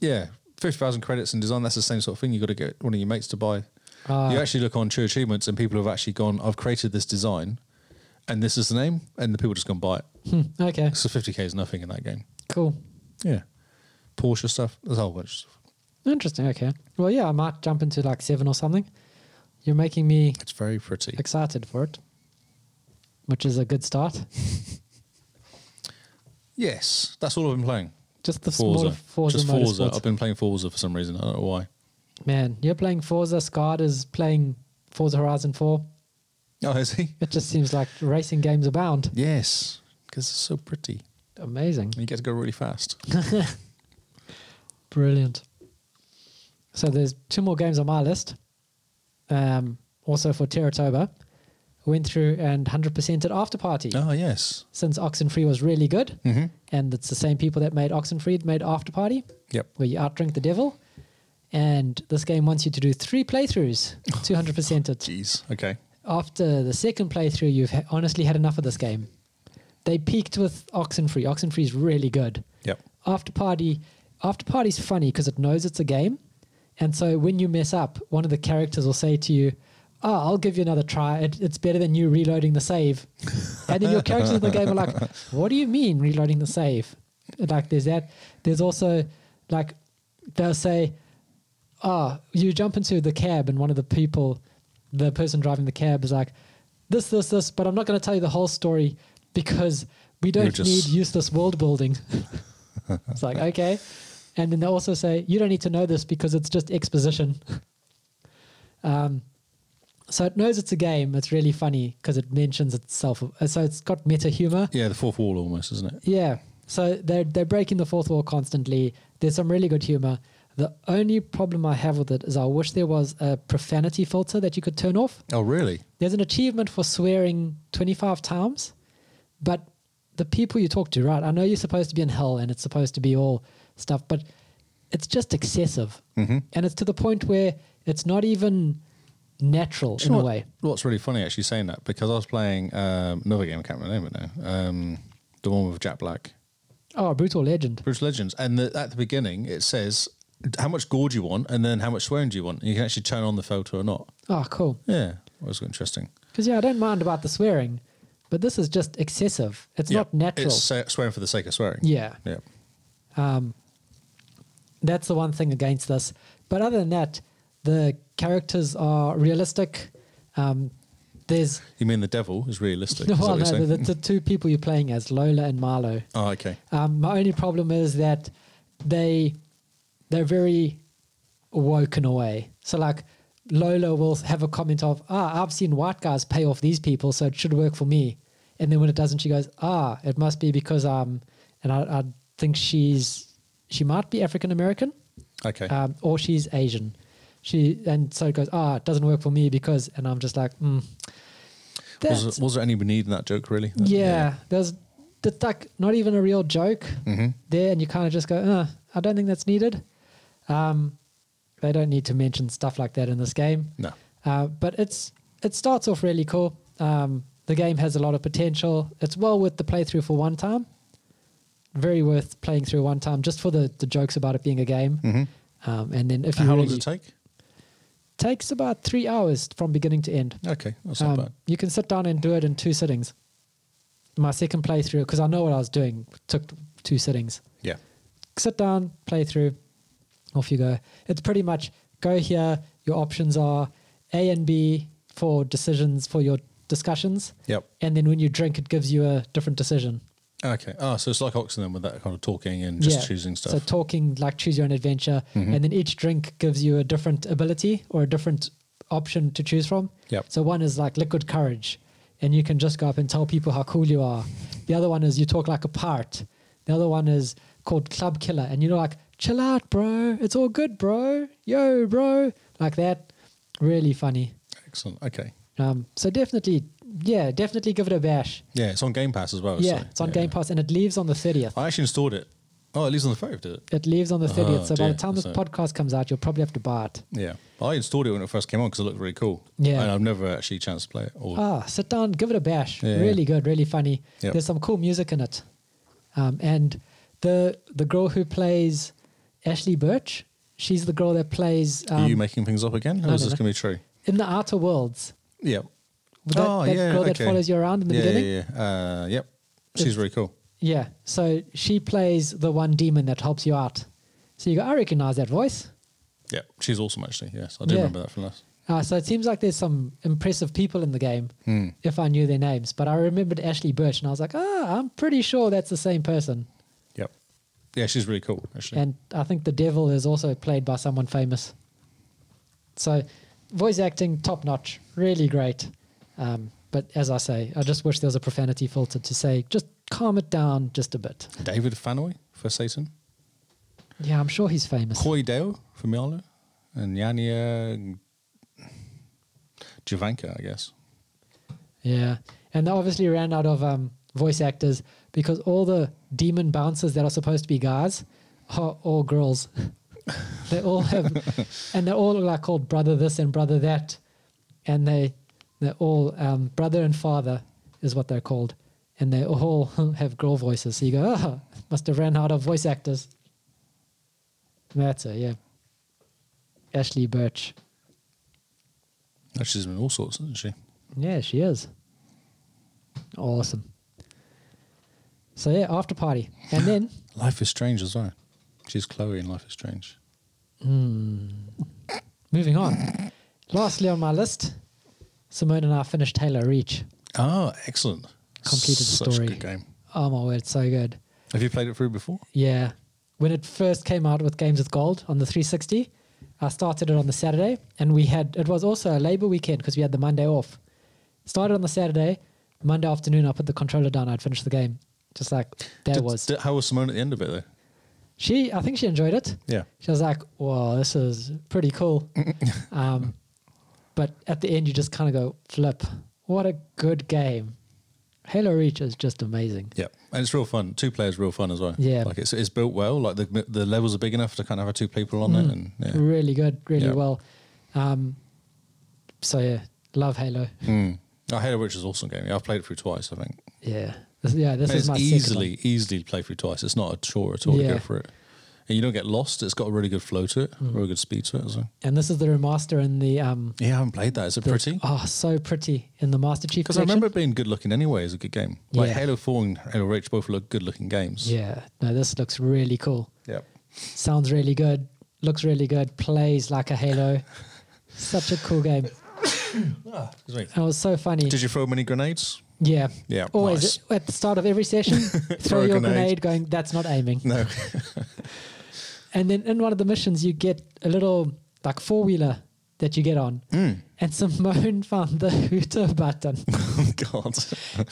S2: Yeah. 50,000 credits in design. That's the same sort of thing. You've got to get one of your mates to buy.
S1: Ah,
S2: you actually look on True Achievements and people have actually gone, I've created this design and this is the name. And the people just go and buy it.
S1: hmm, okay.
S2: So 50K is nothing in that game.
S1: Cool.
S2: Yeah. Porsche stuff. There's a whole bunch of stuff.
S1: Interesting. Okay. Well, yeah, I might jump into like seven or something. You're making me
S2: It's very pretty.
S1: excited for it, which is a good start.
S2: Yes. That's all I've been playing.
S1: Just the smaller
S2: Forza.
S1: Forza
S2: Just Forza.
S1: Motorsports.
S2: I've been playing Forza for some reason. I don't know why.
S1: Man, you're playing Forza. Scott is playing Forza Horizon 4.
S2: Oh, is he?
S1: It just seems like racing games abound.
S2: Yes. Because it's so pretty.
S1: Amazing.
S2: And you get to go really fast.
S1: Brilliant. So there's two more games on my list. Um, also for Terratoba. Went through and 100% at After Party.
S2: oh, yes.
S1: Since Oxenfree was really good,
S2: Mm-hmm.
S1: and it's the same people that made Oxenfree that made After Party,
S2: Yep.
S1: where you outdrink the devil. And this game wants you to do three playthroughs, 200% it.
S2: Jeez. Okay.
S1: after the second playthrough, you've ha- honestly had enough of this game. They peaked with Oxenfree. Oxenfree is really good.
S2: Yep.
S1: After Party, After Party's funny because it knows it's a game, and so when you mess up, one of the characters will say to you, "Oh, I'll give you another try. It, it's better than you reloading the save." and then your characters in the game are like, "What do you mean reloading the save?" like there's that. There's also like they'll say, "Ah, you jump into the cab," and one of the people, the person driving the cab, is like, "This, this, this," but I'm not going to tell you the whole story because we don't
S2: just-
S1: need useless world building. it's like okay, and then they also say, "You don't need to know this because it's just exposition." um, so it knows it's a game. It's really funny because it mentions itself. Uh, So it's got meta humor.
S2: Yeah, the fourth wall almost, isn't it?
S1: Yeah. So they're they're breaking the fourth wall constantly. There's some really good humor. The only problem I have with it is I wish there was a profanity filter that you could turn off.
S2: Oh, really?
S1: There's an achievement for swearing 25 times, but the people you talk to, right? I know you're supposed to be in hell and it's supposed to be all stuff, but it's just excessive.
S2: Mm-hmm.
S1: And it's to the point where it's not even natural
S2: You
S1: in
S2: know
S1: a
S2: what-
S1: way.
S2: What's really funny actually saying that because I was playing um, another game, I can't remember the name of it now, um, the one with Jack Black,
S1: Oh, Brutal Legend.
S2: Bruce Legends, and the, at the beginning it says how much gore do you want and then how much swearing do you want. And you can actually turn on the filter or not.
S1: Oh, cool.
S2: Yeah, that was interesting.
S1: Because yeah, I don't mind about the swearing, but this is just excessive. It's
S2: Yeah,
S1: not natural.
S2: It's sa- swearing for the sake of swearing.
S1: yeah,
S2: Yeah.
S1: that's the one thing against this. But other than that, the characters are realistic. Um, there's
S2: You mean the devil is realistic? is that
S1: well,
S2: what you're
S1: no,
S2: saying?
S1: the, the two people you're playing as, Lola and Marlo.
S2: oh, okay.
S1: Um, my only problem is that they they're very woken away. So like Lola will have a comment of, "Ah, I've seen white guys pay off these people, so it should work for me." And then when it doesn't, she goes, "Ah, it must be because um," and I, I think she's she might be African American
S2: Okay.
S1: um, or she's Asian. She and so it goes, "Ah, it doesn't work for me because," and I'm just like, mm,
S2: was,
S1: that's-
S2: there, was there any need in that joke really? That-
S1: yeah, there's that's like not even a real joke
S2: Mm. Mm-hmm.
S1: there, and you kind of just go, uh, I don't think that's needed. Um, they don't need to mention stuff like that in this game.
S2: No.
S1: Uh, but it's it starts off really cool. Um, the game has a lot of potential. It's well worth the playthrough for one time. Very worth playing through one time just for the, the jokes about it being a game.
S2: Mm-hmm.
S1: Um, and then if you
S2: Mm. How long
S1: really-
S2: does it take?
S1: takes about three hours from beginning to end.
S2: Okay, that's not
S1: Um,
S2: bad.
S1: You can sit down and do it in two sittings. My second playthrough, because I know what I was doing, took two sittings.
S2: Yeah.
S1: Sit down, play through, off you go. It's pretty much go here. Your options are A and B for decisions for your discussions,
S2: Yep.
S1: and then when you drink, it gives you a different decision.
S2: Okay. Oh, so it's like Oxen with that kind of talking and just
S1: Yeah.
S2: choosing stuff. Mm-hmm.
S1: So talking like choose your own adventure, and then each drink gives you a different ability or a different option to choose from.
S2: Yep.
S1: So one is like liquid courage, and you can just go up and tell people how cool you are. The other one is you talk like a part. The other one is called club killer, and you're like, chill out, bro. It's all good, bro. Yo, bro. Like that. Really funny.
S2: Excellent. Okay.
S1: Um, so definitely, yeah, definitely give it a bash.
S2: Yeah, it's on Game Pass as well.
S1: yeah,
S2: so,
S1: it's on
S2: yeah.
S1: Game Pass, and it leaves on the 30th.
S2: I actually installed it. Oh, it leaves on the phone, did it?
S1: It leaves on the 30th.
S2: Oh,
S1: so by
S2: dear.
S1: the time this
S2: So-
S1: podcast comes out, you'll probably have to buy it.
S2: Yeah. I installed it when it first came on because it looked really cool.
S1: Yeah.
S2: And I've never actually chanced to play it. Or,
S1: Ah, sit down, give it a bash.
S2: Yeah.
S1: Really good, really funny.
S2: Yep.
S1: There's some cool music in it. Um, and the the girl who plays Ashley Birch, she's the girl that plays
S2: are you
S1: um,
S2: making things up again? Or
S1: no,
S2: is
S1: no,
S2: this
S1: no.
S2: going to be true?
S1: in the Outer Worlds.
S2: Yeah. Ah,
S1: That, that girl that follows you around in the
S2: Oh, yeah,
S1: beginning.
S2: Yeah, yeah. Uh, yep. She's really cool.
S1: Yeah. So she plays the one demon that helps you out. So you go, I recognize that voice.
S2: Yeah. She's awesome, actually. Yes. I do
S1: Yeah.
S2: remember that from last.
S1: Uh, so it seems like there's some impressive people in the game if I knew their names. But I remembered Ashley Birch and I was like, ah, I'm pretty sure that's the same person.
S2: Yep. Yeah, she's really cool, actually.
S1: And I think the devil is also played by someone famous. So voice acting, top notch, really great. Um, but as I say, I just wish there was a profanity filter to say, just calm it down just a bit.
S2: David Fanoy for Satan.
S1: Yeah, I'm sure he's famous.
S2: Coy Deo from Yarlo. And Yania Javanka, eh, I guess.
S1: Yeah. And they obviously ran out of um, voice actors because all the demon bouncers that are supposed to be guys are all girls. they all have, and they're all like called brother this and brother that. And they, they're all um, brother and father is what they're called. And they all have girl voices. So you go, oh, must have ran out of voice actors. That's it, yeah. Ashley Birch.
S2: No, She's been all sorts, isn't she?
S1: Yeah, she is. Awesome. So yeah, after party, and then
S2: Life is Strange as well. She's Chloe in Life is Strange.
S1: moving on. Lastly on my list, Simone and I finished Halo Reach.
S2: Oh, excellent.
S1: Completed the
S2: Such
S1: story.
S2: a good game.
S1: Oh my word, so good.
S2: Have you played it through before?
S1: Yeah. When it first came out with Games with Gold on the 360, I started it on the Saturday, and we had it was also a Labor weekend because we had the Monday off. Started on the Saturday, Monday afternoon, I put the controller down. I'd finished the game, just like that
S2: Did-
S1: was.
S2: did- how was Simone at the end of it, though?
S1: she, I think she enjoyed it.
S2: Yeah.
S1: She was like, "Wow, this is pretty cool." um, but at the end, you just kind of go, "Flip! What a good game!" Halo Reach is just amazing.
S2: Yeah, and it's real fun. Two players, real fun as well.
S1: Yeah.
S2: like it's, it's built well. Like the the levels are big enough to kind of have two people on
S1: Mm.
S2: it, and yeah.
S1: Really good, really
S2: Yeah.
S1: well. Um, so yeah, love Halo.
S2: Mm. Oh, Halo Reach is an awesome game. Yeah, I've played it through twice. I think
S1: Yeah, this, yeah, this
S2: And
S1: is
S2: it's
S1: my second
S2: easily easily play through twice. It's not a chore at all to
S1: Yeah.
S2: go for it, and you don't get lost. It's got a really good flow to it, really good speed to it. as well.
S1: one. and this is the remaster in the um.
S2: yeah, I haven't played that. Is it
S1: the-
S2: pretty?
S1: Oh, so pretty in the Master Chief.
S2: Because I
S1: Collection.
S2: remember it being good looking anyway. It's a good game. Like
S1: Yeah.
S2: Halo Four and Halo Reach both look good looking games.
S1: Yeah, no, this looks really cool.
S2: Yep.
S1: Sounds really good. Looks really good. Plays like a Halo. Such a cool game.
S2: Excuse me.
S1: It was so funny.
S2: Did you throw many grenades?
S1: yeah.
S2: Yeah,
S1: Always at the start of every session, throw,
S2: a
S1: your grenade.
S2: grenade.
S1: going, that's not aiming.
S2: No.
S1: And then in one of the missions, you get a little like four wheeler that you get on.
S2: Hmm.
S1: And Simone found the hooter button.
S2: oh God.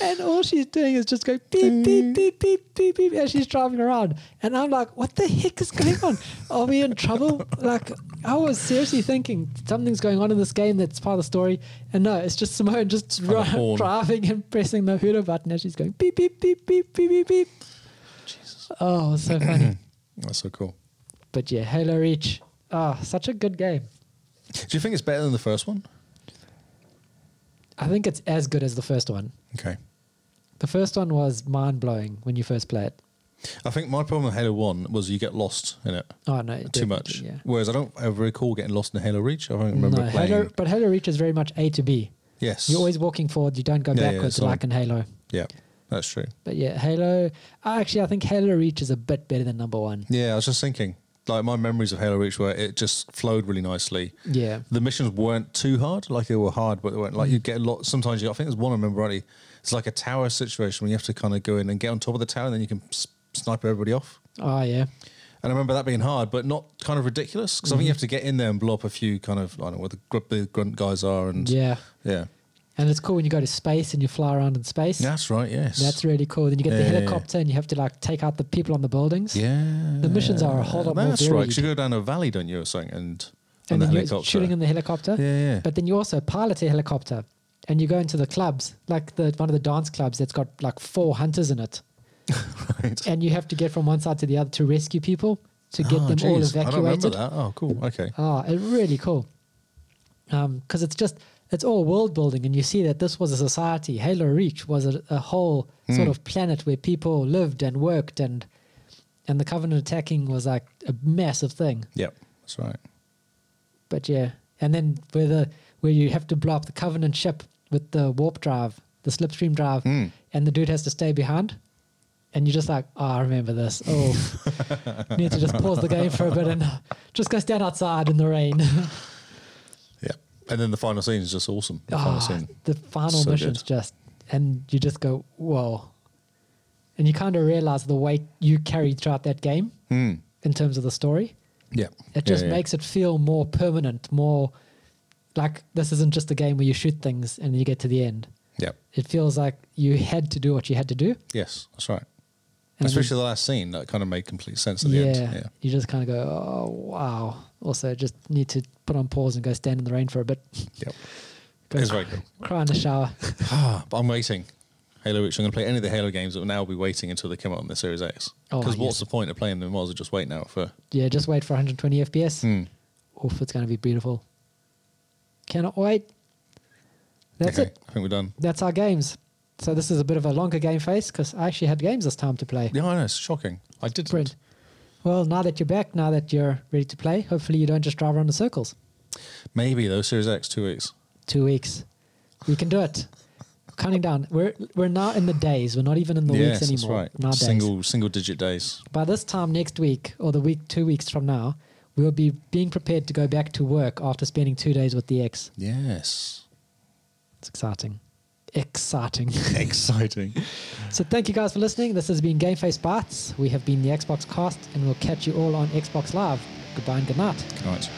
S1: and all she's doing is just going beep
S2: Mm.
S1: beep beep beep beep beep as she's driving around and i'm like what the heck is going on are we in trouble like i was seriously thinking something's going on in this game that's part of the story and no it's just simone just
S2: Like a
S1: ri-
S2: horn.
S1: driving and pressing the hooter button as she's going beep beep beep beep beep beep beep oh it was so funny
S2: That's so cool.
S1: but yeah halo reach ah such a good game
S2: Do you think it's better than the first one?
S1: i think it's as good as the first one
S2: Okay.
S1: the first one was mind-blowing when you first play it
S2: I think my problem with Halo One was you get lost in it
S1: oh no
S2: too
S1: definitely,
S2: much.
S1: yeah
S2: Whereas I don't ever recall getting lost in Halo Reach. I don't remember
S1: no,
S2: playing.
S1: Halo, but Halo Reach is very much A to B.
S2: yes,
S1: You're always walking forward. You don't go
S2: Yeah, yeah,
S1: backwards
S2: so-
S1: like in Halo.
S2: yeah, that's true.
S1: But yeah, Halo. uh, Actually, I think Halo Reach is a bit better than number one.
S2: Yeah, I was just thinking. Like my memories of Halo Reach were it just flowed really nicely.
S1: Yeah.
S2: The missions weren't too hard. Like they were hard, but they weren't.
S1: Mm.
S2: Like you get a lot. Sometimes you. I think there's one I remember rightly. It's like a tower situation where you have to kind of go in and get on top of the tower, and then you can s- snipe everybody off.
S1: Oh yeah.
S2: And I remember that being hard, but not kind of ridiculous because I think
S1: Mm-hmm.
S2: you have to get in there and blow up a few kind of I don't know what the gr- big grunt guys are and
S1: Yeah.
S2: yeah.
S1: And it's cool when you go to space and you fly around in space.
S2: That's right. Yes.
S1: That's really cool. Then you get the
S2: Yeah, yeah, yeah.
S1: helicopter and you have to like take out the people on the buildings.
S2: yeah.
S1: The missions are a whole lot more
S2: That's right. 'cause
S1: varied.
S2: You go down a valley, don't you, or something, and
S1: And
S2: and the
S1: then you're
S2: helicopter.
S1: shooting in the helicopter.
S2: Yeah, yeah.
S1: But then you also pilot a helicopter and you go into the clubs, like the one of the dance clubs that's got like four hunters in it.
S2: right.
S1: And you have to get from one side to the other to rescue people to get
S2: Oh,
S1: them all
S2: jeez, I don't remember
S1: evacuated.
S2: that. Oh, cool. Okay.
S1: Ah, it's really cool. Because it's just, it's all world building, and you see that this was a society. Halo Reach was a, a whole
S2: Hmm.
S1: sort of planet where people lived and worked, and and the Covenant attacking was like a massive thing.
S2: Yep. That's right.
S1: But yeah, and then where the where you have to blow up the Covenant ship with the warp drive, the slipstream drive,
S2: Mm.
S1: and the dude has to stay behind, and you're just like, oh, I remember this. Oh, need to just pause the game for a bit and just go stand outside in the rain.
S2: Yeah. And then the final scene is just awesome. The
S1: Ah,
S2: final scene.
S1: the final
S2: So
S1: mission's
S2: good.
S1: just, and you just go, whoa. And you kind of realize the weight you carried throughout that game
S2: Mm.
S1: in terms of the story.
S2: Yeah. Yeah,
S1: It just
S2: yeah.
S1: makes it feel more permanent, more like this isn't just a game where you shoot things and you get to the end.
S2: Yep.
S1: It feels like you had to do what you had to do.
S2: Yes. That's right.
S1: then-
S2: Especially the last scene that kind of made complete sense at the
S1: yeah,
S2: end. Yeah.
S1: You just kind of go, oh, wow. Also, just need to put on pause and go stand in the rain for a bit.
S2: Yep.
S1: Go
S2: It's very cool.
S1: cry in the shower.
S2: Ah, but I'm waiting. Halo Reach. I'm going to play any of the Halo games that will now be waiting until they come out on the Series X.
S1: Oh,
S2: Because what's
S1: yes.
S2: the point of playing them? Might as well just wait now for.
S1: yeah, just wait for 120 FPS.
S2: Hmm.
S1: Oof, it's going to be beautiful. Cannot wait. That's
S2: okay,
S1: it.
S2: I think we're done.
S1: That's our games. So this is a bit of a longer game phase because I actually had games this time to play.
S2: Yeah, I know. It's shocking. I did.
S1: Brilliant. Well, now that you're back, now that you're ready to play, hopefully you don't just drive around in circles.
S2: Maybe though. Series X two weeks.
S1: Two weeks. We can do it. counting down. We're we're now in the days. We're not even in the
S2: yes,
S1: weeks
S2: that's
S1: anymore.
S2: right.
S1: Now days.
S2: Single single digit days.
S1: By this time next week, or the week two weeks from now, we'll be being prepared to go back to work after spending two days with the ex.
S2: Yes.
S1: It's exciting. Exciting.
S2: Exciting.
S1: so thank you guys for listening. This has been Game Face Bites. We have been the Xbox Cast, and we'll catch you all on Xbox Live. Goodbye and good night.
S2: Right.